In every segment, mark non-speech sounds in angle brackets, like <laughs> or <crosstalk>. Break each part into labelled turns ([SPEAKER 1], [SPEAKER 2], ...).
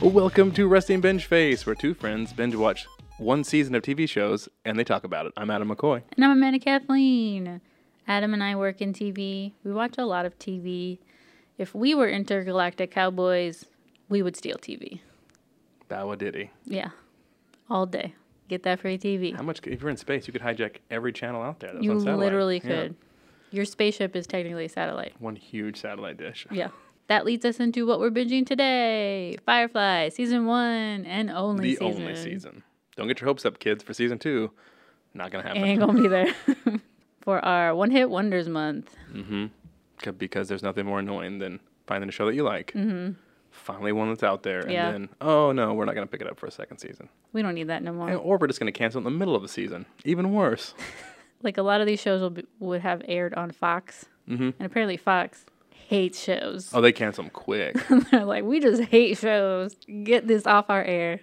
[SPEAKER 1] Welcome to Resting Binge Face, where two friends binge watch one season of TV shows and they talk about it. I'm Adam McCoy.
[SPEAKER 2] And I'm Amanda Kathleen. Adam and I work in TV. We watch a lot of TV. If we were intergalactic cowboys, we would steal TV.
[SPEAKER 1] Dawa Diddy.
[SPEAKER 2] Yeah. All day. Get that free TV.
[SPEAKER 1] How much, if you're in space, you could hijack every channel out there. That's
[SPEAKER 2] You
[SPEAKER 1] on satellite.
[SPEAKER 2] literally
[SPEAKER 1] Yeah.
[SPEAKER 2] could. Your spaceship is technically a satellite.
[SPEAKER 1] One huge satellite dish.
[SPEAKER 2] Yeah. That leads us into what we're binging today Firefly, season one and only
[SPEAKER 1] the
[SPEAKER 2] season.
[SPEAKER 1] only season. Don't get your hopes up, kids, for season two. Not going to happen.
[SPEAKER 2] It ain't gonna be there. <laughs> For our One Hit Wonders month.
[SPEAKER 1] C- Because there's nothing more annoying than finding a show that you like. Mm-hmm. Finally, one that's out there. And
[SPEAKER 2] Yeah.
[SPEAKER 1] then, oh no, we're not going to pick it up for a second season.
[SPEAKER 2] We don't need that no
[SPEAKER 1] And-
[SPEAKER 2] more.
[SPEAKER 1] Or we're just going to cancel it in the middle of the season. Even worse.
[SPEAKER 2] Like a lot of these shows will be, would have aired on Fox. Mm-hmm. And apparently Fox hates shows. <laughs>
[SPEAKER 1] Oh, they cancel them quick.
[SPEAKER 2] They're like, we just hate shows. Get this off our air.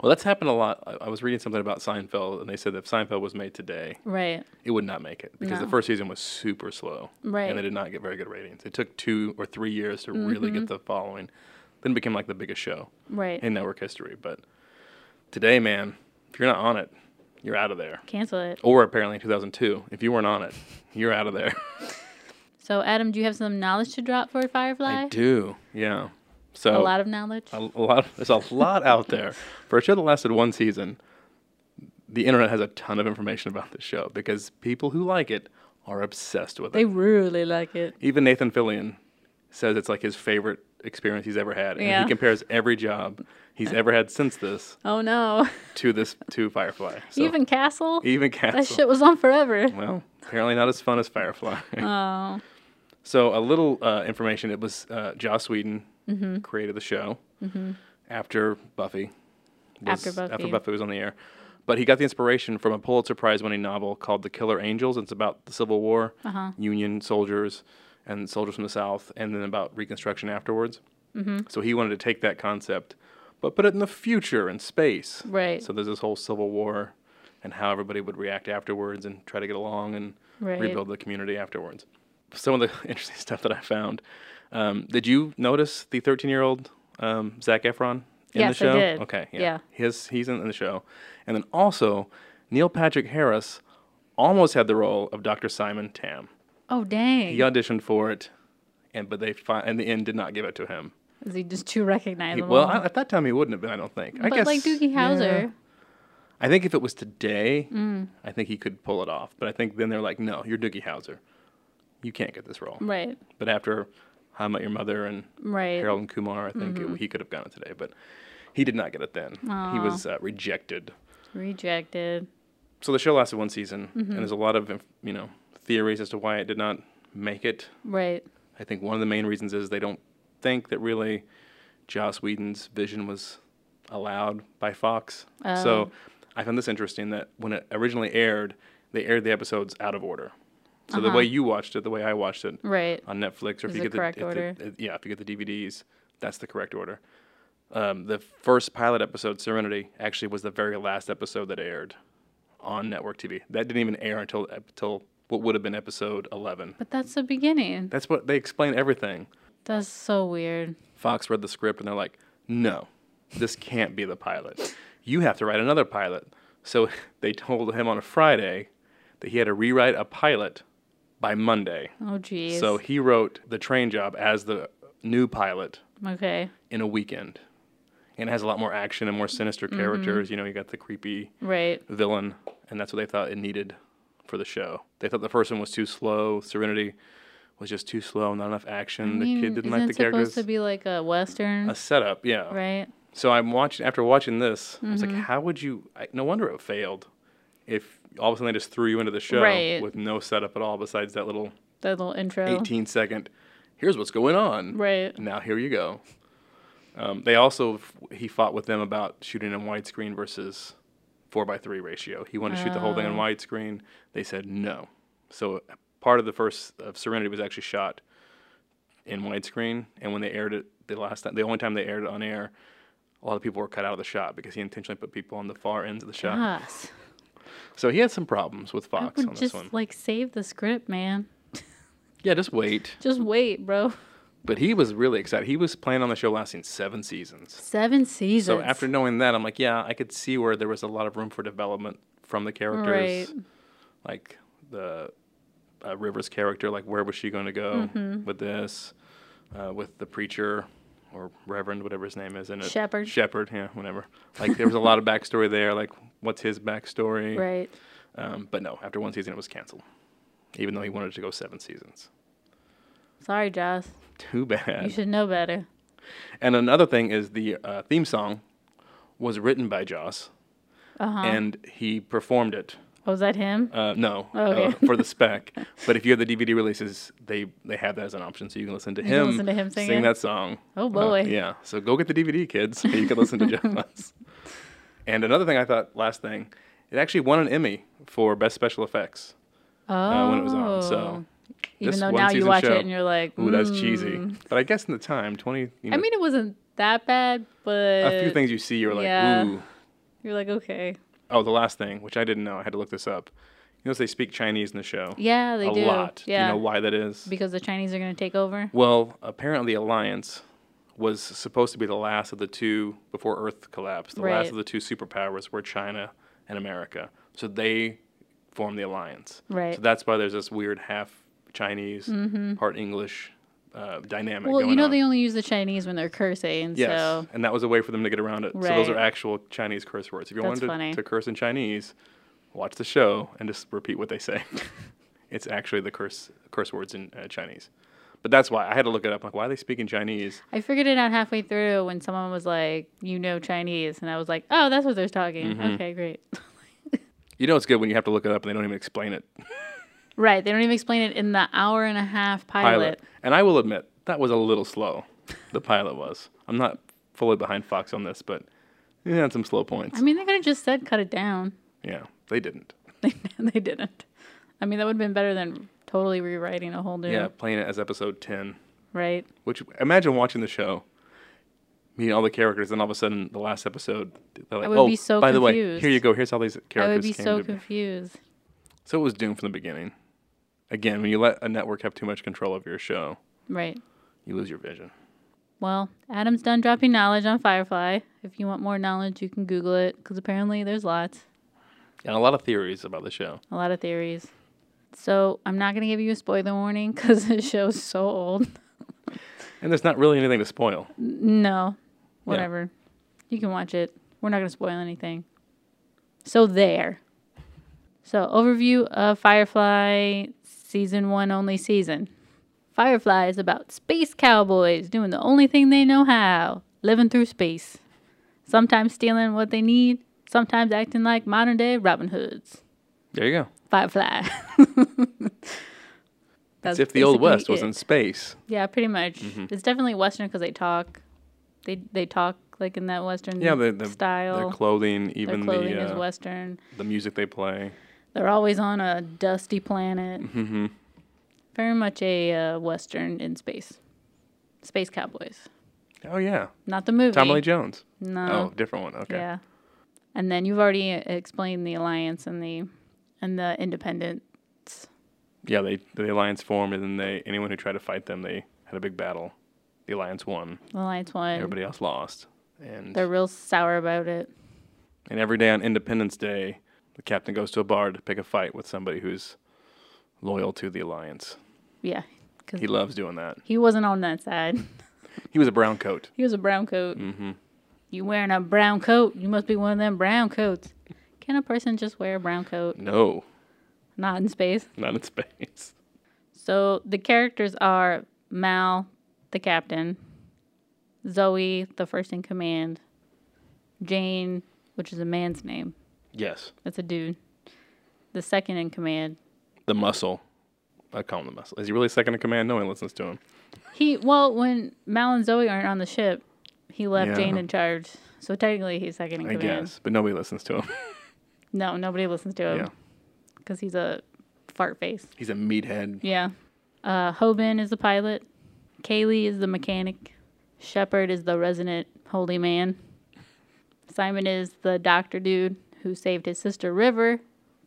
[SPEAKER 1] Well, that's happened a lot. I, I was reading something about Seinfeld, and they said that if Seinfeld was made today,
[SPEAKER 2] Right.
[SPEAKER 1] it would not make it because the
[SPEAKER 2] No.
[SPEAKER 1] first season was super slow,
[SPEAKER 2] Right.
[SPEAKER 1] And they did not get very good ratings. It took two or three years to really
[SPEAKER 2] Mm-hmm.
[SPEAKER 1] get the following. Then it became like the biggest show
[SPEAKER 2] Right.
[SPEAKER 1] in network history. But today, man, if you're not on it, you're out of there.
[SPEAKER 2] Cancel it.
[SPEAKER 1] Or apparently in 2002, if you weren't on it, you're out of there.
[SPEAKER 2] So Adam, do you have some knowledge to drop for
[SPEAKER 1] <laughs>
[SPEAKER 2] Firefly?
[SPEAKER 1] I do, yeah. So
[SPEAKER 2] A lot of knowledge.
[SPEAKER 1] a, a lot. There's a lot out there for a show that lasted one season. The internet has a ton of information about this show because people who like it are obsessed with
[SPEAKER 2] They
[SPEAKER 1] it.
[SPEAKER 2] really like it.
[SPEAKER 1] Even Nathan Fillion says it's like his favorite experience he's ever had, and
[SPEAKER 2] Yeah. Uh.
[SPEAKER 1] he compares every job he's ever had since this
[SPEAKER 2] Oh no.
[SPEAKER 1] to this to Firefly. So
[SPEAKER 2] Even Castle?
[SPEAKER 1] even
[SPEAKER 2] that
[SPEAKER 1] Castle.
[SPEAKER 2] shit was on forever.
[SPEAKER 1] Well, apparently not as fun as Firefly. <laughs> Oh. So a little uh, information. It was uh, Joss Whedon
[SPEAKER 2] Mm-hmm.
[SPEAKER 1] created the show after Buffy. was-
[SPEAKER 2] After Buffy.
[SPEAKER 1] was on the air, but he got the inspiration from a Pulitzer Prize-winning novel called *The Killer Angels*. It's about the Civil War,
[SPEAKER 2] Uh-huh.
[SPEAKER 1] Union soldiers, and soldiers from the South, and then about Reconstruction afterwards.
[SPEAKER 2] Mm-hmm.
[SPEAKER 1] So he wanted to take that concept, but put it in the future in space.
[SPEAKER 2] Right.
[SPEAKER 1] So there's this whole civil war and how everybody would react afterwards and try to get along and
[SPEAKER 2] Right.
[SPEAKER 1] rebuild the community afterwards. Some of the <laughs> interesting stuff that I found. Um, did you notice the 13 year old um, Zach Efron in
[SPEAKER 2] Yes, I
[SPEAKER 1] the show?
[SPEAKER 2] did.
[SPEAKER 1] Okay. Yeah.
[SPEAKER 2] Yeah.
[SPEAKER 1] His, he's in, in the show. And then also, Neil Patrick Harris almost had the role of Dr. Simon Tam.
[SPEAKER 2] Oh dang.
[SPEAKER 1] He auditioned for it, and but they fi- in the end did not give it to him.
[SPEAKER 2] Is he just too
[SPEAKER 1] He-
[SPEAKER 2] recognizable?
[SPEAKER 1] well, I, at that time he wouldn't have been. I don't think. I
[SPEAKER 2] Oh. but
[SPEAKER 1] guess,
[SPEAKER 2] like Doogie
[SPEAKER 1] yeah.
[SPEAKER 2] Howser. Mm.
[SPEAKER 1] I think if it was today, I think he could pull it off. But I think then they're like, no, you're Doogie Howser. You can't get this role.
[SPEAKER 2] Right.
[SPEAKER 1] But after How I Met Your Mother and
[SPEAKER 2] Right.
[SPEAKER 1] Harold and Kumar, I think it- he could have gotten it today. But he did not get it then. He was uh, rejected.
[SPEAKER 2] Rejected.
[SPEAKER 1] So the show lasted one season, and there's a lot of you know theories as to why it did not make it.
[SPEAKER 2] Right.
[SPEAKER 1] I think one of the main reasons is they don't think that really Joss Whedon's vision was allowed by Fox. So I found this interesting that when it originally aired, they aired the episodes out of order. So the way you watched it, the way I watched it
[SPEAKER 2] Right.
[SPEAKER 1] on Netflix, or if
[SPEAKER 2] Is
[SPEAKER 1] you
[SPEAKER 2] the
[SPEAKER 1] get the,
[SPEAKER 2] correct
[SPEAKER 1] if the-
[SPEAKER 2] order.
[SPEAKER 1] uh, yeah, if you get the DVDs, that's the correct order. Um, the first pilot episode, Serenity, actually was the very last episode that aired on network TV. That didn't even air until until what would have been episode eleven.
[SPEAKER 2] But that's the beginning.
[SPEAKER 1] That's what they explain everything.
[SPEAKER 2] That's so weird.
[SPEAKER 1] Fox read the script and they're like, no, this can't be the pilot. You have to write another pilot. So <laughs> they told him on a Friday that he had to rewrite a pilot by Monday.
[SPEAKER 2] Oh geez.
[SPEAKER 1] So he wrote the train job as the new pilot
[SPEAKER 2] okay.
[SPEAKER 1] in a weekend. And it has a lot more action and more sinister
[SPEAKER 2] Mm-hmm.
[SPEAKER 1] characters. You know, you got the creepy
[SPEAKER 2] Right.
[SPEAKER 1] villain, and that's what they thought it needed for the show. They thought the first one was too slow. Serenity was just too slow, not enough action.
[SPEAKER 2] I mean,
[SPEAKER 1] the kid didn't
[SPEAKER 2] Mm-hmm. isn't
[SPEAKER 1] like
[SPEAKER 2] it
[SPEAKER 1] the
[SPEAKER 2] supposed
[SPEAKER 1] characters.
[SPEAKER 2] to be like a western,
[SPEAKER 1] a setup, yeah.
[SPEAKER 2] right? Mm-hmm.
[SPEAKER 1] So I'm watching after watching this. I was like, how would you? I, no wonder it failed. If all of a sudden they just threw you into the show
[SPEAKER 2] Right.
[SPEAKER 1] with no setup at all, besides that little
[SPEAKER 2] That little intro.
[SPEAKER 1] 18 second, here's what's going on.
[SPEAKER 2] Right.
[SPEAKER 1] Now here you go. Um, they also he fought with them about shooting in widescreen versus four by three ratio. He wanted to shoot the whole thing in widescreen. They said no. So part of the first of Serenity was actually shot in widescreen, and when they aired it the last time, the only time they aired it on air, a lot of people were cut out of the shot because he intentionally put people on the far ends of the shot.
[SPEAKER 2] Us.
[SPEAKER 1] So he had some problems with Fox on this
[SPEAKER 2] Just
[SPEAKER 1] one.
[SPEAKER 2] like save the script, man.
[SPEAKER 1] Yeah, just wait.
[SPEAKER 2] Just wait, bro. <laughs>
[SPEAKER 1] But he was really excited. He was planning on the show lasting seven seasons.
[SPEAKER 2] Seven seasons.
[SPEAKER 1] So after knowing that, I'm like, yeah, I could see where there was a lot of room for development from the characters,
[SPEAKER 2] Right.
[SPEAKER 1] like the uh, Rivers character, like where was she going to go
[SPEAKER 2] Mm-hmm.
[SPEAKER 1] with this, uh, with the preacher or reverend, whatever his name is in it,
[SPEAKER 2] Shepherd.
[SPEAKER 1] Shepherd, yeah, whatever. Like there was a lot of backstory there, like what's his backstory,
[SPEAKER 2] Right.
[SPEAKER 1] Um, but no, after one season, it was canceled, even though he wanted to go seven seasons.
[SPEAKER 2] Sorry, Joss.
[SPEAKER 1] Too
[SPEAKER 2] You
[SPEAKER 1] bad.
[SPEAKER 2] should know better.
[SPEAKER 1] And another thing is the uh, theme song was written by Joss,
[SPEAKER 2] Uh-huh.
[SPEAKER 1] and he performed it.
[SPEAKER 2] Oh, was that him?
[SPEAKER 1] Uh, no,
[SPEAKER 2] Oh, Okay.
[SPEAKER 1] uh, for the
[SPEAKER 2] <laughs>
[SPEAKER 1] spec. but if you have the DVD releases, they they have that as an option, so you can listen to
[SPEAKER 2] can
[SPEAKER 1] him,
[SPEAKER 2] listen to him sing it?
[SPEAKER 1] that song.
[SPEAKER 2] Oh,
[SPEAKER 1] Uh,
[SPEAKER 2] boy.
[SPEAKER 1] yeah, so go get the DVD,
[SPEAKER 2] <laughs>
[SPEAKER 1] kids. and You can listen to Joss. And another thing I thought, last thing, it actually won an Emmy for best special effects
[SPEAKER 2] Oh.
[SPEAKER 1] uh, when it was on. So
[SPEAKER 2] Even
[SPEAKER 1] this
[SPEAKER 2] though
[SPEAKER 1] one
[SPEAKER 2] now you
[SPEAKER 1] season
[SPEAKER 2] watch
[SPEAKER 1] show-
[SPEAKER 2] it and you're like,
[SPEAKER 1] Ooh, that's
[SPEAKER 2] "Mm."
[SPEAKER 1] cheesy. But I guess in the time, 20, you know,
[SPEAKER 2] I mean, it wasn't that bad, but
[SPEAKER 1] a few things you see, you're like,
[SPEAKER 2] yeah.
[SPEAKER 1] ooh.
[SPEAKER 2] You're like, okay,
[SPEAKER 1] Oh, the last thing, which I didn't know. I had to look this up. You know, they speak Chinese in the show.
[SPEAKER 2] yeah, they
[SPEAKER 1] a
[SPEAKER 2] do.
[SPEAKER 1] lot.
[SPEAKER 2] Yeah,
[SPEAKER 1] Do you know why that is?
[SPEAKER 2] because the Chinese are gonna take over.
[SPEAKER 1] well, apparently, the Alliance was supposed to be the last of the two before Earth collapsed. The
[SPEAKER 2] Right.
[SPEAKER 1] last of the two superpowers were China and America. So they formed the Alliance.
[SPEAKER 2] Right. Mm-hmm.
[SPEAKER 1] So that's why there's this weird half Chinese, part English uh, dynamic.
[SPEAKER 2] Well,
[SPEAKER 1] going
[SPEAKER 2] you know
[SPEAKER 1] on.
[SPEAKER 2] they only use the Chinese when they're cursing,
[SPEAKER 1] Yes,
[SPEAKER 2] so
[SPEAKER 1] and that was a way for them to get around it. So those are
[SPEAKER 2] Right.
[SPEAKER 1] actual Chinese curse words. If you
[SPEAKER 2] That's
[SPEAKER 1] wanted to,
[SPEAKER 2] funny.
[SPEAKER 1] to curse in Chinese, watch the show and just repeat what they
[SPEAKER 2] <laughs>
[SPEAKER 1] say. it's actually the curse curse words in uh, Chinese. But that's why I had to look it up. Like, why are they speaking Chinese?
[SPEAKER 2] I figured it out halfway through when someone was like, "You know Chinese," and I was like, "Oh, that's what they're talking."
[SPEAKER 1] Mm-hmm.
[SPEAKER 2] Okay, great. <laughs>
[SPEAKER 1] You know, it's good when you have to look it up and they don't even explain it.
[SPEAKER 2] right, they don't even explain it in the hour and a half pilot.
[SPEAKER 1] Pilot. And I will admit that was a little slow. The pilot was. I'm not fully behind Fox on this, but it had some slow points.
[SPEAKER 2] I mean, they could have just said, "Cut it down." <laughs>
[SPEAKER 1] yeah, they didn't.
[SPEAKER 2] they <laughs> didn't. I mean, that would have been better than totally rewriting a whole new.
[SPEAKER 1] Yeah, playing it as episode ten.
[SPEAKER 2] Right.
[SPEAKER 1] Which imagine watching the show, meeting all the characters, and all of a sudden the last episode, they're like,
[SPEAKER 2] would
[SPEAKER 1] "Oh,
[SPEAKER 2] be so
[SPEAKER 1] by the way,
[SPEAKER 2] confused.
[SPEAKER 1] here you go. Here's how these characters
[SPEAKER 2] I would be
[SPEAKER 1] came
[SPEAKER 2] so
[SPEAKER 1] to be."
[SPEAKER 2] confused.
[SPEAKER 1] So it was doomed from the beginning. Again, when you let a network have too much control of your show,
[SPEAKER 2] Right.
[SPEAKER 1] you lose your vision.
[SPEAKER 2] Well, Adam's done dropping knowledge on Firefly. If you want more knowledge, you can Google it because apparently there's lots,
[SPEAKER 1] And a lot of theories about the show.
[SPEAKER 2] a lot of theories. So I'm not going to give you a spoiler warning <laughs> because the show's so old.
[SPEAKER 1] And there's not really anything to spoil.
[SPEAKER 2] No, whatever. You can watch it. We're not going to spoil anything. So there. So overview of Firefly season 1 only season. Firefly is about space cowboys doing the only thing they know how, living through space. Sometimes stealing what they need, sometimes acting like modern day Robin Hoods.
[SPEAKER 1] There you go.
[SPEAKER 2] Firefly.
[SPEAKER 1] <laughs> As if the old
[SPEAKER 2] basically
[SPEAKER 1] west Mm-hmm. was
[SPEAKER 2] it.
[SPEAKER 1] in space.
[SPEAKER 2] Yeah, pretty much. It's definitely Western because they talk. They they talk like in that Western
[SPEAKER 1] Yeah, the, the their
[SPEAKER 2] style.
[SPEAKER 1] clothing,
[SPEAKER 2] Their,
[SPEAKER 1] even
[SPEAKER 2] clothing
[SPEAKER 1] the
[SPEAKER 2] is
[SPEAKER 1] uh,
[SPEAKER 2] Western.
[SPEAKER 1] the music they play.
[SPEAKER 2] They're always on a dusty planet. Mm-hmm. Very much a uh, Western in space. Space Cowboys,
[SPEAKER 1] Oh yeah,
[SPEAKER 2] not the movie.
[SPEAKER 1] Tom Lee Jones.
[SPEAKER 2] No.
[SPEAKER 1] oh, different one. Okay.
[SPEAKER 2] Uh-huh. Yeah. And then you've already uh, explained the alliance and the and the independent.
[SPEAKER 1] Yeah, they the alliance formed, and then they anyone who tried to fight them, they had a big battle. The alliance won.
[SPEAKER 2] Alliance one.
[SPEAKER 1] Everybody else lost, and
[SPEAKER 2] They're real sour about it.
[SPEAKER 1] and every day on Independence Day, the captain goes to a bar to pick a fight with somebody who's loyal to the alliance.
[SPEAKER 2] Yeah, because
[SPEAKER 1] He loves doing that.
[SPEAKER 2] he wasn't on that side. <laughs>
[SPEAKER 1] He was a brown coat.
[SPEAKER 2] He was a brown coat. Mm-hmm. You wearing a brown coat? You must be one of them brown coats. Can a person just wear a brown coat?
[SPEAKER 1] No,
[SPEAKER 2] Not in space.
[SPEAKER 1] not in space.
[SPEAKER 2] So the characters are Mal, the captain, Zoe, the first in command, Jane, which is a man's name.
[SPEAKER 1] Yes,
[SPEAKER 2] That's a dude. The second in command.
[SPEAKER 1] the muscle. I call him the muscle. Is he really second in command? No one listens to him.
[SPEAKER 2] He well, when Mal and Zoe aren't on the ship, he left
[SPEAKER 1] Yeah.
[SPEAKER 2] Jane in charge. So technically, he's second in
[SPEAKER 1] I
[SPEAKER 2] command.
[SPEAKER 1] guess, but nobody listens to him.
[SPEAKER 2] No, nobody listens to him
[SPEAKER 1] yeah,
[SPEAKER 2] because he's a fart face.
[SPEAKER 1] he's a meathead.
[SPEAKER 2] Yeah. Uh, Hoban is the pilot. Kaylee is the mechanic. Shepard is the resident holy man. Simon is the doctor dude who saved his sister River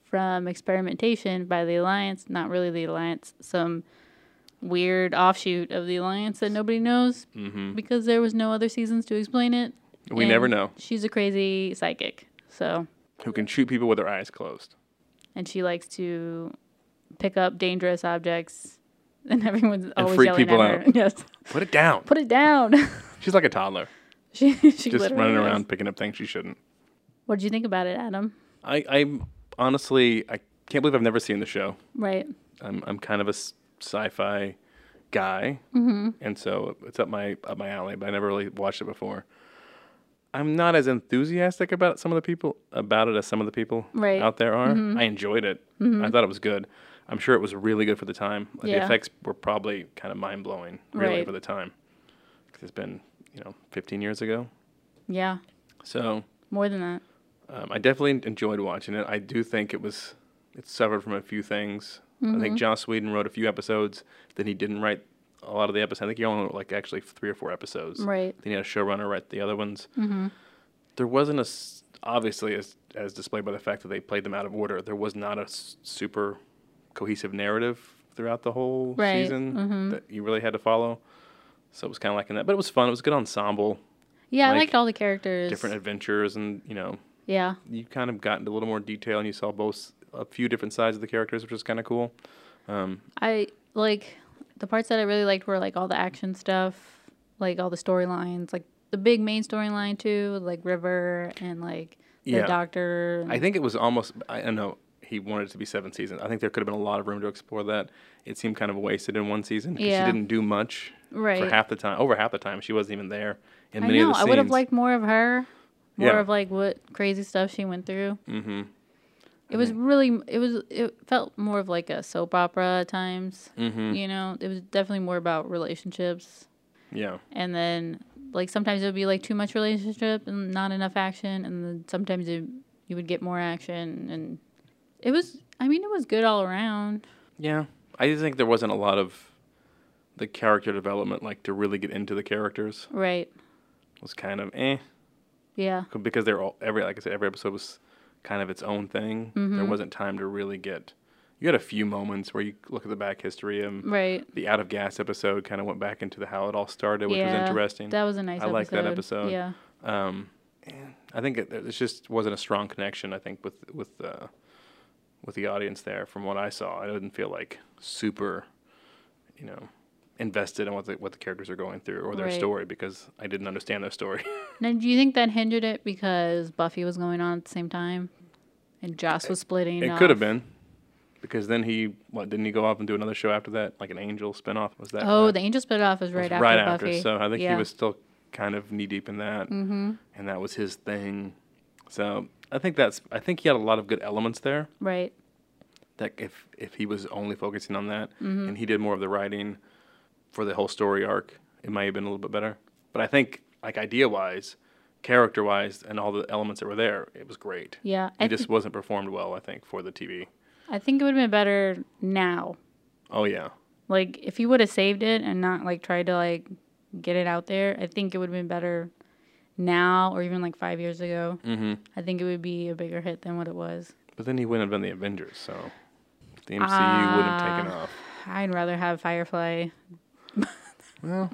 [SPEAKER 2] from experimentation by the Alliance. Not really the Alliance, some weird offshoot of the Alliance that nobody knows
[SPEAKER 1] Mm-hmm.
[SPEAKER 2] because there was no other seasons to explain it.
[SPEAKER 1] We never
[SPEAKER 2] and
[SPEAKER 1] know
[SPEAKER 2] She's a crazy psychic. So,
[SPEAKER 1] who can shoot people with their eyes closed.
[SPEAKER 2] and she likes to pick up dangerous objects, <laughs> and everyone's always
[SPEAKER 1] freak
[SPEAKER 2] yelling
[SPEAKER 1] people
[SPEAKER 2] at her. <laughs> Yes,
[SPEAKER 1] Put it down.
[SPEAKER 2] put it down. <laughs>
[SPEAKER 1] She's like a toddler,
[SPEAKER 2] she she
[SPEAKER 1] just
[SPEAKER 2] literally
[SPEAKER 1] running
[SPEAKER 2] is.
[SPEAKER 1] around picking up things she shouldn't.
[SPEAKER 2] What did you think about it, Adam?
[SPEAKER 1] I, I'm honestly, I can't believe I've never seen the show.
[SPEAKER 2] Right.
[SPEAKER 1] I'm, I'm kind of a s- sci-fi guy, and so it's up my up my alley. But I never really watched it before. I'm not as enthusiastic about some of the people about it as some of the people
[SPEAKER 2] Right.
[SPEAKER 1] out there are. I enjoyed it. I thought it was good. I'm sure it was really good for the time. Like, The
[SPEAKER 2] Yeah.
[SPEAKER 1] effects were probably kind of mind blowing, really,
[SPEAKER 2] Right.
[SPEAKER 1] for the time. 'Cause it's been you know 15 years ago,
[SPEAKER 2] Yeah.
[SPEAKER 1] so.
[SPEAKER 2] More than that.
[SPEAKER 1] Um, I definitely en- enjoyed watching it. I do think it was it suffered from a few things. I
[SPEAKER 2] Mm-hmm.
[SPEAKER 1] think Joss Sweden wrote a few episodes, then he didn't write a lot of the episodes. I think he only wrote like actually three or four episodes.
[SPEAKER 2] Right.
[SPEAKER 1] Then he had a showrunner write the other ones. Mm-hmm. There wasn't a s- obviously as as displayed by the fact that they played them out of order. There was not a s- super cohesive narrative throughout the whole
[SPEAKER 2] Right. Mm-hmm.
[SPEAKER 1] season that you really had to follow. So it was kind of like in that, but it was fun. It was a good ensemble,
[SPEAKER 2] Yeah, I
[SPEAKER 1] Like,
[SPEAKER 2] liked all the characters.
[SPEAKER 1] different adventures, and you know
[SPEAKER 2] Yeah.
[SPEAKER 1] you kind of got into a little more detail and you saw both a few different sides of the characters, which was kind of cool. Um,
[SPEAKER 2] I like the parts that I really liked were like all the action stuff, like all the storylines, like the big main storyline too, like River and like the
[SPEAKER 1] Yeah.
[SPEAKER 2] doctor. And,
[SPEAKER 1] I think it was almost, I I don't know, he wanted it to be seven seasons. I think there could have been a lot of room to explore that. It seemed kind of wasted in one season because
[SPEAKER 2] Yeah.
[SPEAKER 1] she didn't do much for
[SPEAKER 2] Right.
[SPEAKER 1] half the time, over half the time. She wasn't even there in
[SPEAKER 2] I
[SPEAKER 1] many
[SPEAKER 2] know.
[SPEAKER 1] of the
[SPEAKER 2] I
[SPEAKER 1] scenes.
[SPEAKER 2] would have liked more of her, more
[SPEAKER 1] Yeah.
[SPEAKER 2] of like what crazy stuff she went through.
[SPEAKER 1] Mm-hmm.
[SPEAKER 2] It was really, it was, it felt more of like a soap opera at times.
[SPEAKER 1] Mm-hmm.
[SPEAKER 2] You know, it was definitely more about relationships.
[SPEAKER 1] Yeah.
[SPEAKER 2] and then like sometimes it would be like too much relationship and not enough action and then sometimes it, you would get more action and it was i mean it was good all around
[SPEAKER 1] Yeah. I just think there wasn't a lot of the character development, like to really get into the characters,
[SPEAKER 2] right
[SPEAKER 1] was kind of eh.
[SPEAKER 2] yeah
[SPEAKER 1] c- because they're all every like I said every episode was kind of its own thing. There
[SPEAKER 2] Mm-hmm.
[SPEAKER 1] wasn't time to really get. You had a few moments where you look at the back history and
[SPEAKER 2] right
[SPEAKER 1] the out of gas episode kind of went back into the how it all started, which
[SPEAKER 2] yeah
[SPEAKER 1] was interesting.
[SPEAKER 2] that was a nice
[SPEAKER 1] I
[SPEAKER 2] episode.
[SPEAKER 1] liked that episode.
[SPEAKER 2] yeah
[SPEAKER 1] um, I think it, it just wasn't a strong connection. I think with with uh, with the audience there, from what I saw, I didn't feel like super, you know, invested in what the what the characters are going through or their
[SPEAKER 2] Right.
[SPEAKER 1] story because I didn't understand their story.
[SPEAKER 2] now do you think that hindered it because buffy was going on at the same time and joss was splitting
[SPEAKER 1] It could have been. Because then he, what, didn't he go off and do another show after that? Like an Angel spinoff? Was that?
[SPEAKER 2] oh
[SPEAKER 1] right?
[SPEAKER 2] the angel split off was
[SPEAKER 1] It was
[SPEAKER 2] right after buffy
[SPEAKER 1] So I think
[SPEAKER 2] Yeah.
[SPEAKER 1] he was still kind of knee deep in that. Mm-hmm. And that was his thing. So I think that's, I think he had a lot of good elements there
[SPEAKER 2] right
[SPEAKER 1] that if, if he was only focusing on that
[SPEAKER 2] Mm-hmm.
[SPEAKER 1] and he did more of the writing for the whole story arc, it might have been a little bit better. But I think, like, idea wise, character wise, and all the elements that were there, it was great.
[SPEAKER 2] yeah
[SPEAKER 1] It
[SPEAKER 2] I,
[SPEAKER 1] just
[SPEAKER 2] thi-
[SPEAKER 1] wasn't performed well, I think, for the TV.
[SPEAKER 2] I think it would have been better now
[SPEAKER 1] Oh, yeah.
[SPEAKER 2] Like if you would have saved it and not like tried to like get it out there, I think it would have been better now or even like five years ago.
[SPEAKER 1] Mm-hmm.
[SPEAKER 2] I think it would be a bigger hit than what it was.
[SPEAKER 1] But then he wouldn't have been the Avengers, so the MCU wouldn't have taken
[SPEAKER 2] Ah.
[SPEAKER 1] off.
[SPEAKER 2] I'd rather have Firefly.
[SPEAKER 1] Well,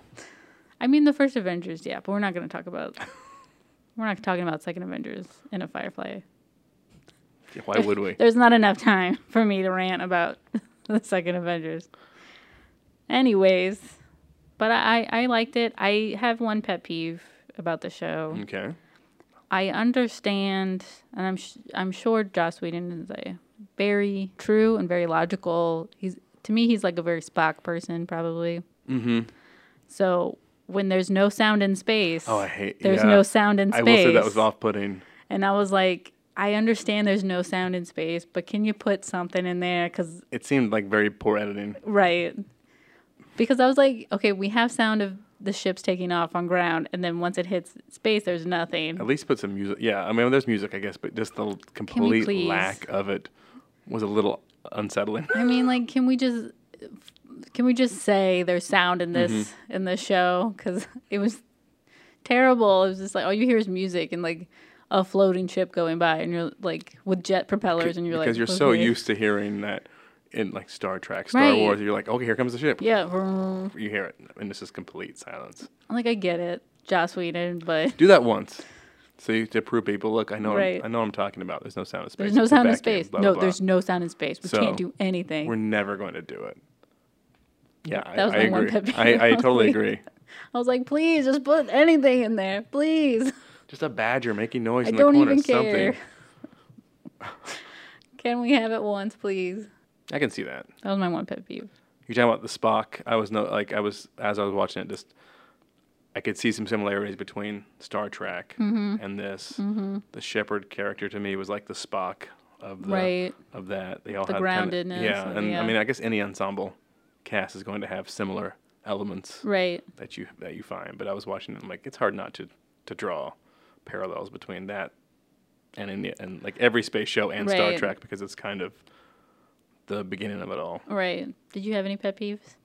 [SPEAKER 2] I mean the first Avengers, yeah, but we're not gonna talk about <laughs> we're not talking about second Avengers in a Firefly.
[SPEAKER 1] why would we?
[SPEAKER 2] There's not enough time for me to rant about <laughs> the second Avengers. Anyways, but I, I liked it. I have one pet peeve about the show.
[SPEAKER 1] Okay.
[SPEAKER 2] I understand, and I'm sh- I'm sure Joss Whedon is a very true and very logical. He's to me, he's like a very Spock person, probably.
[SPEAKER 1] Mm-hmm.
[SPEAKER 2] So when there's no sound in space,
[SPEAKER 1] Oh, I hate.
[SPEAKER 2] there's
[SPEAKER 1] yeah.
[SPEAKER 2] no sound in
[SPEAKER 1] I
[SPEAKER 2] space.
[SPEAKER 1] will say that was off-putting.
[SPEAKER 2] And I was like, I understand there's no sound in space, but can you put something in there? Because
[SPEAKER 1] It seemed like very poor editing.
[SPEAKER 2] right, because I was like, okay, we have sound of the ships taking off on ground, and then once it hits space, there's nothing.
[SPEAKER 1] At least put some music. Yeah, I mean, there's music, I guess, but just the complete
[SPEAKER 2] please?
[SPEAKER 1] lack of it was a little unsettling.
[SPEAKER 2] I mean, like, can we just can we just say there's sound in this
[SPEAKER 1] Mm-hmm.
[SPEAKER 2] in this show? Because it was terrible. It was just like all you hear is music and like a floating ship going by, <laughs> and you're like with jet propellers, and you're
[SPEAKER 1] because
[SPEAKER 2] like
[SPEAKER 1] you're so
[SPEAKER 2] okay.
[SPEAKER 1] used to hearing that in like Star Trek, Star
[SPEAKER 2] Right.
[SPEAKER 1] Wars, you're like, okay, here comes the ship.
[SPEAKER 2] Yeah.
[SPEAKER 1] You hear it, and it's just complete silence.
[SPEAKER 2] Like I get it, Joss Whedon, but
[SPEAKER 1] Do that once, so you to prove people, look, I know,
[SPEAKER 2] Right.
[SPEAKER 1] I'm, I know, what I'm talking about. There's no sound in space.
[SPEAKER 2] there's no
[SPEAKER 1] It's a
[SPEAKER 2] sound in
[SPEAKER 1] vacuum,
[SPEAKER 2] space.
[SPEAKER 1] blah,
[SPEAKER 2] no,
[SPEAKER 1] blah, blah.
[SPEAKER 2] there's no sound in space. We
[SPEAKER 1] So,
[SPEAKER 2] can't do anything.
[SPEAKER 1] We're never going to do it. Yeah, I,
[SPEAKER 2] That was
[SPEAKER 1] I
[SPEAKER 2] my one
[SPEAKER 1] agree.
[SPEAKER 2] pet peeve,
[SPEAKER 1] I, I
[SPEAKER 2] honestly.
[SPEAKER 1] totally
[SPEAKER 2] <laughs>
[SPEAKER 1] agree.
[SPEAKER 2] I was like, please, just put anything in there, please.
[SPEAKER 1] Just a badger making noise
[SPEAKER 2] I
[SPEAKER 1] in the
[SPEAKER 2] don't
[SPEAKER 1] corner.
[SPEAKER 2] even
[SPEAKER 1] something.
[SPEAKER 2] care. <laughs> Can we have it once, please?
[SPEAKER 1] I can see that.
[SPEAKER 2] That was my one pet peeve.
[SPEAKER 1] You're talking about the Spock. I was no like I was as I was watching it, just I could see some similarities between Star Trek
[SPEAKER 2] Mm-hmm.
[SPEAKER 1] and this. The Shepherd character to me was like the Spock of the
[SPEAKER 2] Right.
[SPEAKER 1] of that. They all
[SPEAKER 2] The
[SPEAKER 1] had
[SPEAKER 2] groundedness
[SPEAKER 1] Kinda, yeah,
[SPEAKER 2] of-
[SPEAKER 1] and
[SPEAKER 2] yeah.
[SPEAKER 1] I mean I guess any ensemble cast is going to have similar elements
[SPEAKER 2] Right.
[SPEAKER 1] that you that you find. But I was watching it, and like it's hard not to to draw parallels between that and in, and like every space show and Star
[SPEAKER 2] Right.
[SPEAKER 1] Trek because it's kind of the beginning of it all.
[SPEAKER 2] Right. Did you have any pet peeves?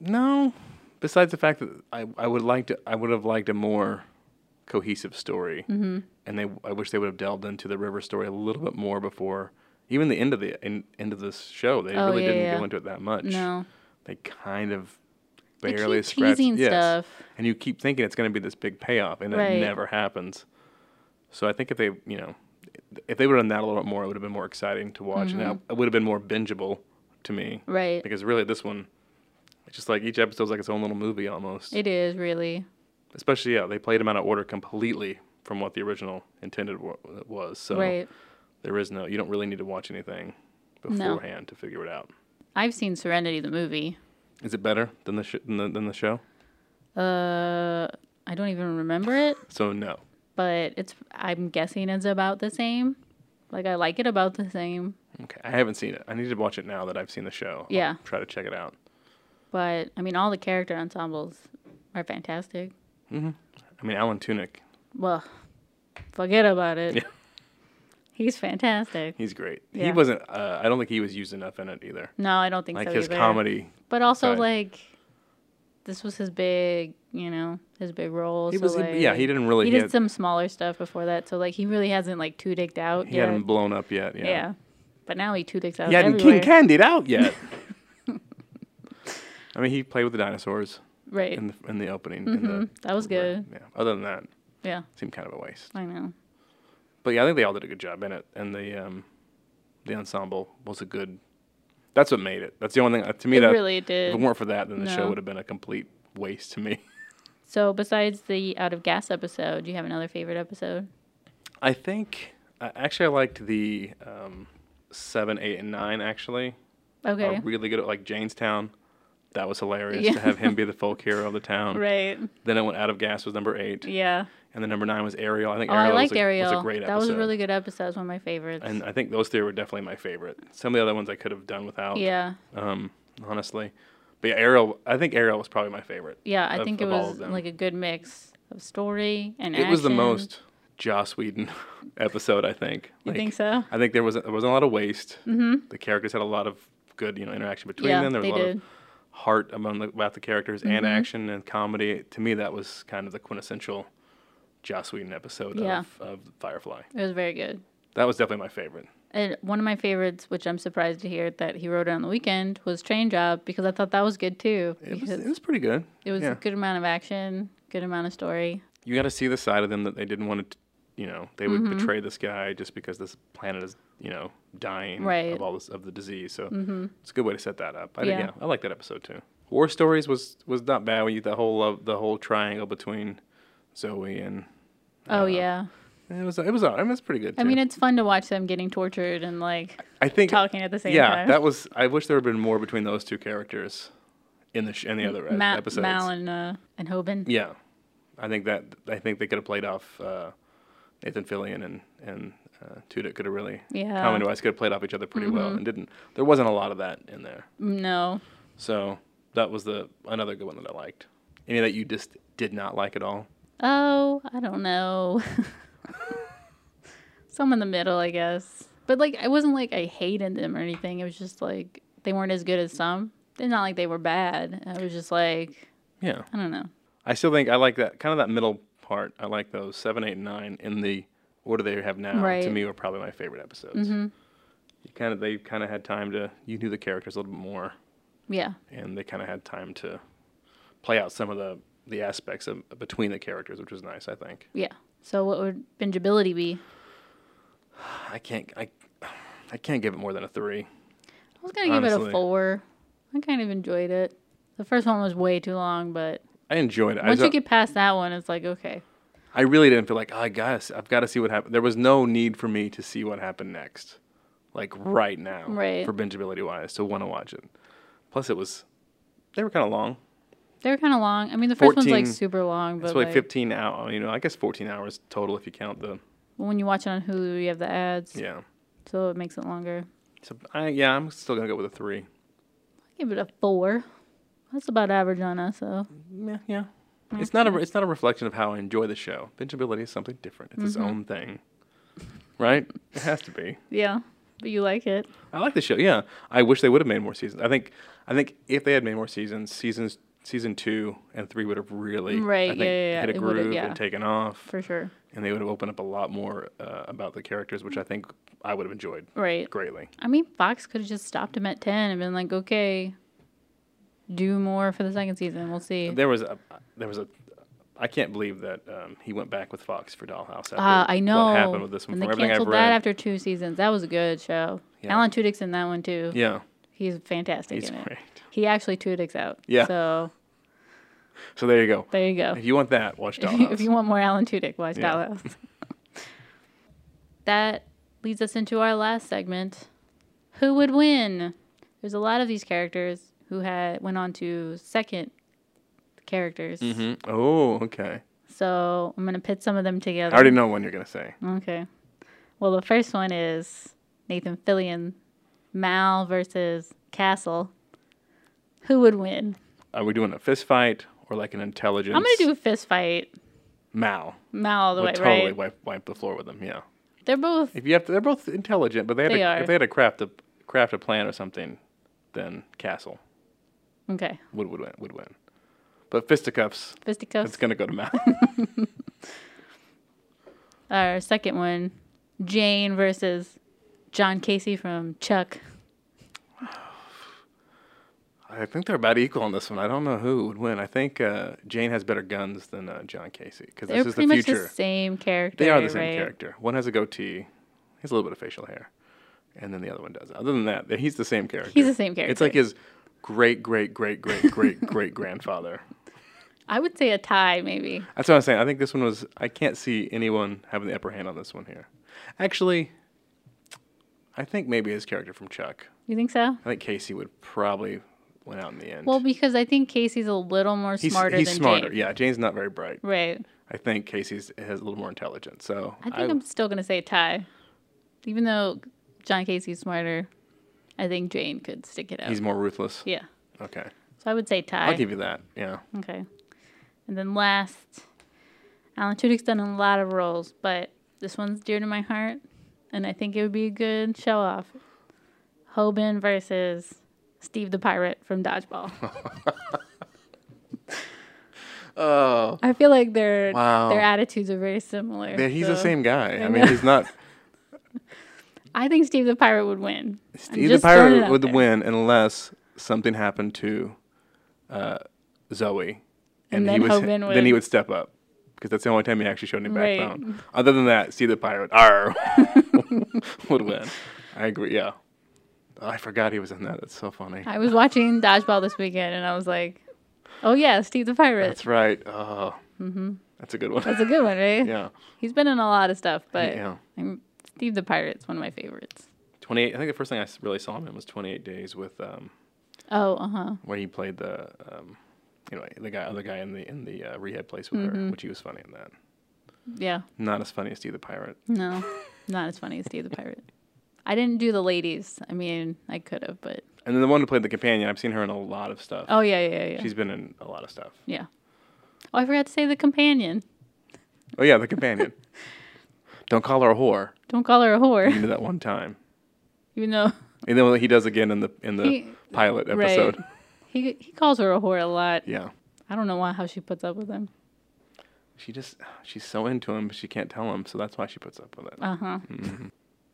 [SPEAKER 1] No. Besides the fact that I, I would like to I would have liked a more cohesive story, mm-hmm. and they I wish they would have delved into the river story a little bit more before even the end of the in, end of this show. They
[SPEAKER 2] Oh,
[SPEAKER 1] really
[SPEAKER 2] yeah,
[SPEAKER 1] didn't
[SPEAKER 2] yeah.
[SPEAKER 1] go into it that much.
[SPEAKER 2] No.
[SPEAKER 1] They kind of
[SPEAKER 2] They keep
[SPEAKER 1] barely scratched.
[SPEAKER 2] teasing
[SPEAKER 1] yes.
[SPEAKER 2] stuff.
[SPEAKER 1] and you keep thinking it's going to be this big payoff, and
[SPEAKER 2] Right.
[SPEAKER 1] it never happens. So I think if they you know if they would have done that a little bit more, it would have been more exciting to watch, and
[SPEAKER 2] Mm-hmm.
[SPEAKER 1] it would have been more bingeable to me
[SPEAKER 2] Right.
[SPEAKER 1] because really this one it's just like each episode's like its own little movie almost
[SPEAKER 2] It is really.
[SPEAKER 1] especially yeah they played them out of order completely from what the original intended wa- was so
[SPEAKER 2] Right.
[SPEAKER 1] there is no you don't really need to watch anything beforehand to figure it out
[SPEAKER 2] I've seen Serenity the movie.
[SPEAKER 1] is it better than the, sh- than the than the show
[SPEAKER 2] Uh, I don't even remember it,
[SPEAKER 1] so no
[SPEAKER 2] but it's. I'm guessing it's about the same. Like I like it about the same,
[SPEAKER 1] okay i haven't seen it i need to watch it now that i've seen the show I'll
[SPEAKER 2] Yeah.
[SPEAKER 1] try to check it out
[SPEAKER 2] but I mean all the character ensembles are fantastic.
[SPEAKER 1] i mean alan tunick
[SPEAKER 2] Well, forget about it.
[SPEAKER 1] Yeah.
[SPEAKER 2] <laughs> He's fantastic.
[SPEAKER 1] he's great
[SPEAKER 2] Yeah.
[SPEAKER 1] he wasn't uh, i don't think he was used enough in it either
[SPEAKER 2] No, I don't think
[SPEAKER 1] like
[SPEAKER 2] so
[SPEAKER 1] his
[SPEAKER 2] either.
[SPEAKER 1] comedy
[SPEAKER 2] but also
[SPEAKER 1] Right.
[SPEAKER 2] like this was his big, you know, his big role.
[SPEAKER 1] he
[SPEAKER 2] so,
[SPEAKER 1] was he- yeah
[SPEAKER 2] like,
[SPEAKER 1] he didn't really
[SPEAKER 2] He
[SPEAKER 1] he,
[SPEAKER 2] did
[SPEAKER 1] had,
[SPEAKER 2] some smaller stuff before that, so like he really hasn't like two dicked out
[SPEAKER 1] he
[SPEAKER 2] yet.
[SPEAKER 1] hadn't blown up yet yeah,
[SPEAKER 2] yeah. but now he two dicks out
[SPEAKER 1] He hadn't
[SPEAKER 2] everywhere.
[SPEAKER 1] King Candied out
[SPEAKER 2] <laughs>
[SPEAKER 1] yet. I mean, he played with the dinosaurs
[SPEAKER 2] right?
[SPEAKER 1] in the in the opening. In the,
[SPEAKER 2] Mm-hmm. that was good.
[SPEAKER 1] Yeah. Other than that,
[SPEAKER 2] Yeah,
[SPEAKER 1] seemed kind of a waste.
[SPEAKER 2] I know.
[SPEAKER 1] But yeah, I think they all did a good job in it, and the um, the ensemble was a good. That's what made it. That's the only thing to me
[SPEAKER 2] It
[SPEAKER 1] that
[SPEAKER 2] really
[SPEAKER 1] if it
[SPEAKER 2] did.
[SPEAKER 1] weren't for that, then the
[SPEAKER 2] No.
[SPEAKER 1] show would have been a complete waste to me.
[SPEAKER 2] So besides the out of gas episode, do you have another favorite episode?
[SPEAKER 1] I think uh, actually I liked the um, seven, eight, and nine. Actually,
[SPEAKER 2] Okay,
[SPEAKER 1] are really good at like Janestown. That was hilarious
[SPEAKER 2] Yeah.
[SPEAKER 1] to have him be the
[SPEAKER 2] <laughs>
[SPEAKER 1] folk hero of the town.
[SPEAKER 2] right?
[SPEAKER 1] Then it went out of gas was number eight,
[SPEAKER 2] Yeah.
[SPEAKER 1] and then number nine was Ariel. I think
[SPEAKER 2] Oh,
[SPEAKER 1] Ariel
[SPEAKER 2] I liked
[SPEAKER 1] was, a,
[SPEAKER 2] Ariel.
[SPEAKER 1] was a great episode.
[SPEAKER 2] That was a really good episode. It was one of my favorites.
[SPEAKER 1] And uh, I think those three were definitely my favorite. Some of the other ones I could have done without.
[SPEAKER 2] yeah,
[SPEAKER 1] Um, honestly, but yeah, Ariel. I think Ariel was probably my favorite.
[SPEAKER 2] yeah. I
[SPEAKER 1] Of-
[SPEAKER 2] think it
[SPEAKER 1] of all
[SPEAKER 2] was
[SPEAKER 1] of them.
[SPEAKER 2] like a good mix of story and
[SPEAKER 1] It was the
[SPEAKER 2] action.
[SPEAKER 1] most Joss Whedon <laughs> episode. I think.
[SPEAKER 2] You
[SPEAKER 1] Like,
[SPEAKER 2] think so?
[SPEAKER 1] I think there was there wasn't a lot of waste. Mm-hmm. The characters had a lot of good you know interaction between
[SPEAKER 2] Yeah,
[SPEAKER 1] them. There was
[SPEAKER 2] they
[SPEAKER 1] a lot
[SPEAKER 2] did. Mm-hmm.
[SPEAKER 1] of heart among the, about the characters and action and comedy. To me, that was kind of the quintessential Joss Whedon episode
[SPEAKER 2] Yeah.
[SPEAKER 1] of, of Firefly.
[SPEAKER 2] It was very good.
[SPEAKER 1] That was definitely my favorite.
[SPEAKER 2] And one of my favorites, which I'm surprised to hear that he wrote it on the weekend, was Train Job because I thought that was good too.
[SPEAKER 1] It was,
[SPEAKER 2] because
[SPEAKER 1] it was pretty good.
[SPEAKER 2] it was
[SPEAKER 1] yeah.
[SPEAKER 2] a good amount of action, good amount of story.
[SPEAKER 1] You got to see the side of them that they didn't want to, you know, they would
[SPEAKER 2] Mm-hmm.
[SPEAKER 1] betray this guy just because this planet is, you know, dying
[SPEAKER 2] Right. Mm-hmm.
[SPEAKER 1] of all this of the disease. So it's a good way to set that up. I, yeah.
[SPEAKER 2] Yeah.
[SPEAKER 1] yeah, I like that episode too. War Stories was was not bad when you the whole love the whole triangle between Zoe and
[SPEAKER 2] Oh
[SPEAKER 1] Uh,
[SPEAKER 2] yeah,
[SPEAKER 1] it was it was all right. I mean, it's pretty good. Too.
[SPEAKER 2] I mean it's fun to watch them getting tortured and like
[SPEAKER 1] I think
[SPEAKER 2] talking at the same
[SPEAKER 1] yeah,
[SPEAKER 2] time.
[SPEAKER 1] that was. I wish there had been more between those two characters in the sh- in the other e-
[SPEAKER 2] Ma-
[SPEAKER 1] episodes.
[SPEAKER 2] Mal and uh, and Hoban.
[SPEAKER 1] Yeah, I think that I think they could have played off uh, Nathan Fillion and and uh, Tudyk could have really
[SPEAKER 2] Yeah. Mm-hmm.
[SPEAKER 1] comedy wise could have played off each other pretty well and didn't. There wasn't a lot of that in there,
[SPEAKER 2] No,
[SPEAKER 1] so that was the another good one that I liked. Any that you just did not like at all?
[SPEAKER 2] oh I don't know. <laughs> Some in the middle, I guess. But like I wasn't like I hated them or anything. It was just like they weren't as good as some. It's not like they were bad. I was just like
[SPEAKER 1] Yeah,
[SPEAKER 2] I don't know.
[SPEAKER 1] I still think I like that kind of that middle part. I like those seven, eight, and nine in the order they have now.
[SPEAKER 2] Right. Mm-hmm.
[SPEAKER 1] To me, were probably my favorite episodes. you kind of they kind of had time to you knew the characters a little bit more,
[SPEAKER 2] Yeah.
[SPEAKER 1] and they kind of had time to play out some of the the aspects of, between the characters, which was nice. I think
[SPEAKER 2] Yeah. So what would bingeability be?
[SPEAKER 1] I can't I I can't give it more than a three.
[SPEAKER 2] I was gonna give it
[SPEAKER 1] Honestly.
[SPEAKER 2] a four. I kind of enjoyed it. The first one was way too long, but
[SPEAKER 1] I enjoyed it. I,
[SPEAKER 2] once you
[SPEAKER 1] don't-
[SPEAKER 2] get past that one, it's like okay.
[SPEAKER 1] I really didn't feel like oh, I guess I've got to see what happened. There was no need for me to see what happened next, like right now,
[SPEAKER 2] Right.
[SPEAKER 1] for bingeability wise to want to watch it. Plus, it was they were kind of long.
[SPEAKER 2] They were kind of long. I mean, the first one's
[SPEAKER 1] 14
[SPEAKER 2] like super long, but
[SPEAKER 1] It's like
[SPEAKER 2] like,
[SPEAKER 1] 15 hours, you know, I guess 14 hours total if you count the,
[SPEAKER 2] when you watch it on Hulu, you have the ads,
[SPEAKER 1] yeah.
[SPEAKER 2] so it makes it longer.
[SPEAKER 1] So, I, yeah, I'm still going to go with a three.
[SPEAKER 2] I give it a four. That's about average on us, though.
[SPEAKER 1] Yeah, yeah. It's not a it's not a reflection of how I enjoy the show. Bingeability is something different. It's
[SPEAKER 2] Mm-hmm.
[SPEAKER 1] its own thing, right? It has to be.
[SPEAKER 2] Yeah, but you like it.
[SPEAKER 1] I like the show. Yeah, I wish they would have made more seasons. I think I think if they had made more seasons, seasons season two and three would have really
[SPEAKER 2] Right,
[SPEAKER 1] I think,
[SPEAKER 2] yeah, yeah, yeah.
[SPEAKER 1] hit a
[SPEAKER 2] It would've-
[SPEAKER 1] groove
[SPEAKER 2] yeah.
[SPEAKER 1] and taken off,
[SPEAKER 2] For sure.
[SPEAKER 1] and they would have opened up a lot more uh, about the characters, which I think I would have enjoyed
[SPEAKER 2] Right.
[SPEAKER 1] greatly.
[SPEAKER 2] I mean, Fox could have just stopped him at 10 and been like, okay, do more for the second season. We'll see.
[SPEAKER 1] There was a there was a I can't believe that um, he went back with Fox for Dollhouse. After
[SPEAKER 2] Ah, I know.
[SPEAKER 1] what happened with this one. From
[SPEAKER 2] and they
[SPEAKER 1] everything I've
[SPEAKER 2] canceled
[SPEAKER 1] read,
[SPEAKER 2] that after two seasons. That was a good show.
[SPEAKER 1] Yeah.
[SPEAKER 2] Alan Tudyk's in that one, too.
[SPEAKER 1] yeah,
[SPEAKER 2] He's fantastic
[SPEAKER 1] he's
[SPEAKER 2] in it.
[SPEAKER 1] great.
[SPEAKER 2] He actually Tudyk's out.
[SPEAKER 1] Yeah.
[SPEAKER 2] So
[SPEAKER 1] So there you go.
[SPEAKER 2] there you go.
[SPEAKER 1] If you want that, watch
[SPEAKER 2] if, you, if
[SPEAKER 1] Dollhouse.
[SPEAKER 2] you want more Alan Tudyk, watch
[SPEAKER 1] Yeah.
[SPEAKER 2] Dollhouse.
[SPEAKER 1] <laughs>
[SPEAKER 2] that leads us into our last segment. Who would win? There's a lot of these characters who had went on to second characters.
[SPEAKER 1] Mhm. Oh, okay.
[SPEAKER 2] So I'm gonna pit some of them
[SPEAKER 1] I
[SPEAKER 2] together.
[SPEAKER 1] already know one you're gonna say.
[SPEAKER 2] Okay. Well, the first one is Nathan Fillion, Mal versus Castle. Who would win?
[SPEAKER 1] Are we doing a fist fight or like an intelligence?
[SPEAKER 2] I'm gonna do a fist fight.
[SPEAKER 1] Mal.
[SPEAKER 2] Mal all the
[SPEAKER 1] would
[SPEAKER 2] way,
[SPEAKER 1] totally
[SPEAKER 2] right?
[SPEAKER 1] wipe wipe the floor with them. Yeah.
[SPEAKER 2] They're both
[SPEAKER 1] If you have to, they're both intelligent, but they had
[SPEAKER 2] They
[SPEAKER 1] to,
[SPEAKER 2] are.
[SPEAKER 1] if they had to craft a craft a plan or something, then Castle
[SPEAKER 2] okay.
[SPEAKER 1] would would win. Would win. But fisticuffs,
[SPEAKER 2] Fisticuffs.
[SPEAKER 1] it's gonna go to Mal.
[SPEAKER 2] Our second one, Jane versus John Casey from Chuck.
[SPEAKER 1] <laughs> I think they're about equal on this one. I don't know who would win. I think uh, Jane has better guns than uh, John Casey because
[SPEAKER 2] They're
[SPEAKER 1] this is
[SPEAKER 2] pretty
[SPEAKER 1] the
[SPEAKER 2] much
[SPEAKER 1] future.
[SPEAKER 2] the same character.
[SPEAKER 1] they are the same
[SPEAKER 2] right?
[SPEAKER 1] character. One has a goatee, he has a little bit of facial hair, and then the other one does. Other than that, he's the same character.
[SPEAKER 2] He's the same
[SPEAKER 1] It's like
[SPEAKER 2] character.
[SPEAKER 1] his great great great great <laughs> great great grandfather.
[SPEAKER 2] I would say a tie, maybe.
[SPEAKER 1] That's what I'm saying. I think this one was. I can't see anyone having the upper hand on this one here. Actually, I think maybe his character from Chuck.
[SPEAKER 2] You think so?
[SPEAKER 1] I think Casey would probably win out in the end.
[SPEAKER 2] Well, because I think Casey's a little more
[SPEAKER 1] he's
[SPEAKER 2] smarter
[SPEAKER 1] he's
[SPEAKER 2] than
[SPEAKER 1] smarter.
[SPEAKER 2] Jane.
[SPEAKER 1] Yeah, Jane's not very bright.
[SPEAKER 2] Right.
[SPEAKER 1] I think Casey's has a little more intelligence. So
[SPEAKER 2] I think I, am still gonna say a tie, even though John Casey's smarter. I think Jane could stick it out.
[SPEAKER 1] he's more ruthless.
[SPEAKER 2] yeah.
[SPEAKER 1] Okay,
[SPEAKER 2] So I would say tie.
[SPEAKER 1] I'll give you that. Yeah,
[SPEAKER 2] Okay. And then last, Alan Tudyk's done a lot of roles, but this one's dear to my heart, and I think it would be a good show off. Hoban versus Steve the Pirate
[SPEAKER 1] <laughs>
[SPEAKER 2] from Dodgeball.
[SPEAKER 1] Oh.
[SPEAKER 2] I feel like their
[SPEAKER 1] Wow.
[SPEAKER 2] their attitudes are very similar.
[SPEAKER 1] Yeah, he's the
[SPEAKER 2] so
[SPEAKER 1] same guy. I mean,
[SPEAKER 2] know.
[SPEAKER 1] he's not.
[SPEAKER 2] I think Steve the Pirate would win. <laughs> I'm
[SPEAKER 1] Steve the
[SPEAKER 2] just throwing it
[SPEAKER 1] pirate
[SPEAKER 2] out
[SPEAKER 1] would
[SPEAKER 2] there.
[SPEAKER 1] win unless something happened to uh, Zoe,
[SPEAKER 2] And then
[SPEAKER 1] he was
[SPEAKER 2] Hogan
[SPEAKER 1] then he
[SPEAKER 2] would-
[SPEAKER 1] would step up because that's the only time he actually showed any
[SPEAKER 2] Right.
[SPEAKER 1] backbone. Other than that, Steve the pirate arr, <laughs> would win. I agree. Yeah, Oh, I forgot he was in that. That's so funny.
[SPEAKER 2] I was watching Dodgeball this weekend, and I was like, "Oh yeah, Steve the Pirate.
[SPEAKER 1] That's right. Oh, that's a good one.
[SPEAKER 2] Mm-hmm. That's a good one,
[SPEAKER 1] <laughs>
[SPEAKER 2] right?
[SPEAKER 1] yeah,
[SPEAKER 2] He's been in a lot of stuff, but
[SPEAKER 1] yeah.
[SPEAKER 2] I'm, Steve the Pirate's one of my favorites.
[SPEAKER 1] Twenty eight. I think the first thing I s- really saw him in was Twenty Eight Days with um,
[SPEAKER 2] Oh, uh huh.
[SPEAKER 1] where he played the um, anyway the guy other guy in the in the uh, rehab place with
[SPEAKER 2] Mm-hmm.
[SPEAKER 1] her, which he was funny in that.
[SPEAKER 2] Yeah.
[SPEAKER 1] Not as funny as Steve the pirate.
[SPEAKER 2] No, not as funny as Steve the Pirate. I didn't do the ladies. I mean, I could have, but
[SPEAKER 1] And then the one who played the companion, I've seen her in a lot of stuff.
[SPEAKER 2] oh yeah, yeah, yeah.
[SPEAKER 1] She's been in a lot of stuff.
[SPEAKER 2] yeah. Oh, I forgot to say the companion.
[SPEAKER 1] Oh yeah, the
[SPEAKER 2] <laughs>
[SPEAKER 1] companion. Don't call her a whore.
[SPEAKER 2] Don't call her a
[SPEAKER 1] You
[SPEAKER 2] whore, <laughs>
[SPEAKER 1] did that one time,
[SPEAKER 2] even though
[SPEAKER 1] and then what he does again in the in the
[SPEAKER 2] He-
[SPEAKER 1] pilot
[SPEAKER 2] right.
[SPEAKER 1] episode. <laughs>
[SPEAKER 2] he he calls her a whore a lot.
[SPEAKER 1] Yeah,
[SPEAKER 2] I don't know why how she puts up with him.
[SPEAKER 1] she just she's so into him,
[SPEAKER 2] <laughs>
[SPEAKER 1] but she can't tell him, so that's why she puts up with it.
[SPEAKER 2] Uh huh.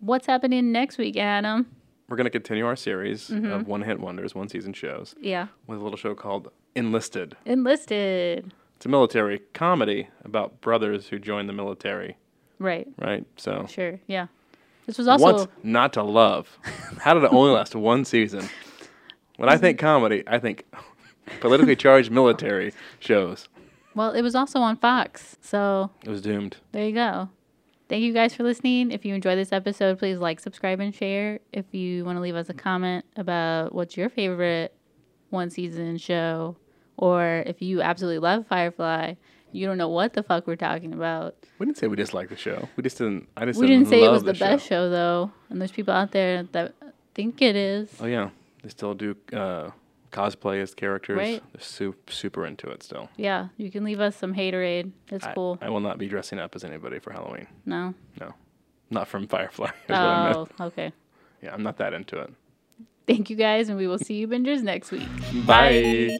[SPEAKER 2] What's happening Uh-huh. next week, Adam?
[SPEAKER 1] Mm-hmm. we're going to continue our series
[SPEAKER 2] Mm-hmm.
[SPEAKER 1] of one hit wonders, one season shows
[SPEAKER 2] Yeah.
[SPEAKER 1] with a little show called Enlisted.
[SPEAKER 2] Enlisted.
[SPEAKER 1] It's a military comedy about brothers who join the military,
[SPEAKER 2] Right.
[SPEAKER 1] right? So,
[SPEAKER 2] Sure. Yeah. This was also
[SPEAKER 1] what's not to love? How did it only last one season? When I think comedy, I think <laughs> politically charged military shows.
[SPEAKER 2] well, it was also on Fox. So
[SPEAKER 1] It was doomed.
[SPEAKER 2] there you go. Thank you guys for listening. If you enjoyed this episode, please like, subscribe, and share. If you want to leave us a comment about what's your favorite one season show, or if you absolutely love Firefly, you don't know what the fuck we're talking about.
[SPEAKER 1] We didn't say we disliked the show. We just didn't. I just
[SPEAKER 2] we didn't say it
[SPEAKER 1] love
[SPEAKER 2] was the, best show. though, and there's people out there that think it is.
[SPEAKER 1] Oh yeah, they still do uh, cosplay as characters.
[SPEAKER 2] Right.
[SPEAKER 1] They're su- super into it still.
[SPEAKER 2] Yeah, you can leave us some haterade. It's
[SPEAKER 1] I-
[SPEAKER 2] cool.
[SPEAKER 1] I, will not be dressing up as anybody for Halloween.
[SPEAKER 2] no.
[SPEAKER 1] No, not from Firefly. <laughs> is what <laughs> I meant.
[SPEAKER 2] Oh, okay.
[SPEAKER 1] Yeah, I'm not that into it.
[SPEAKER 2] Thank you guys, and we will see you bingers next week.
[SPEAKER 1] Bye.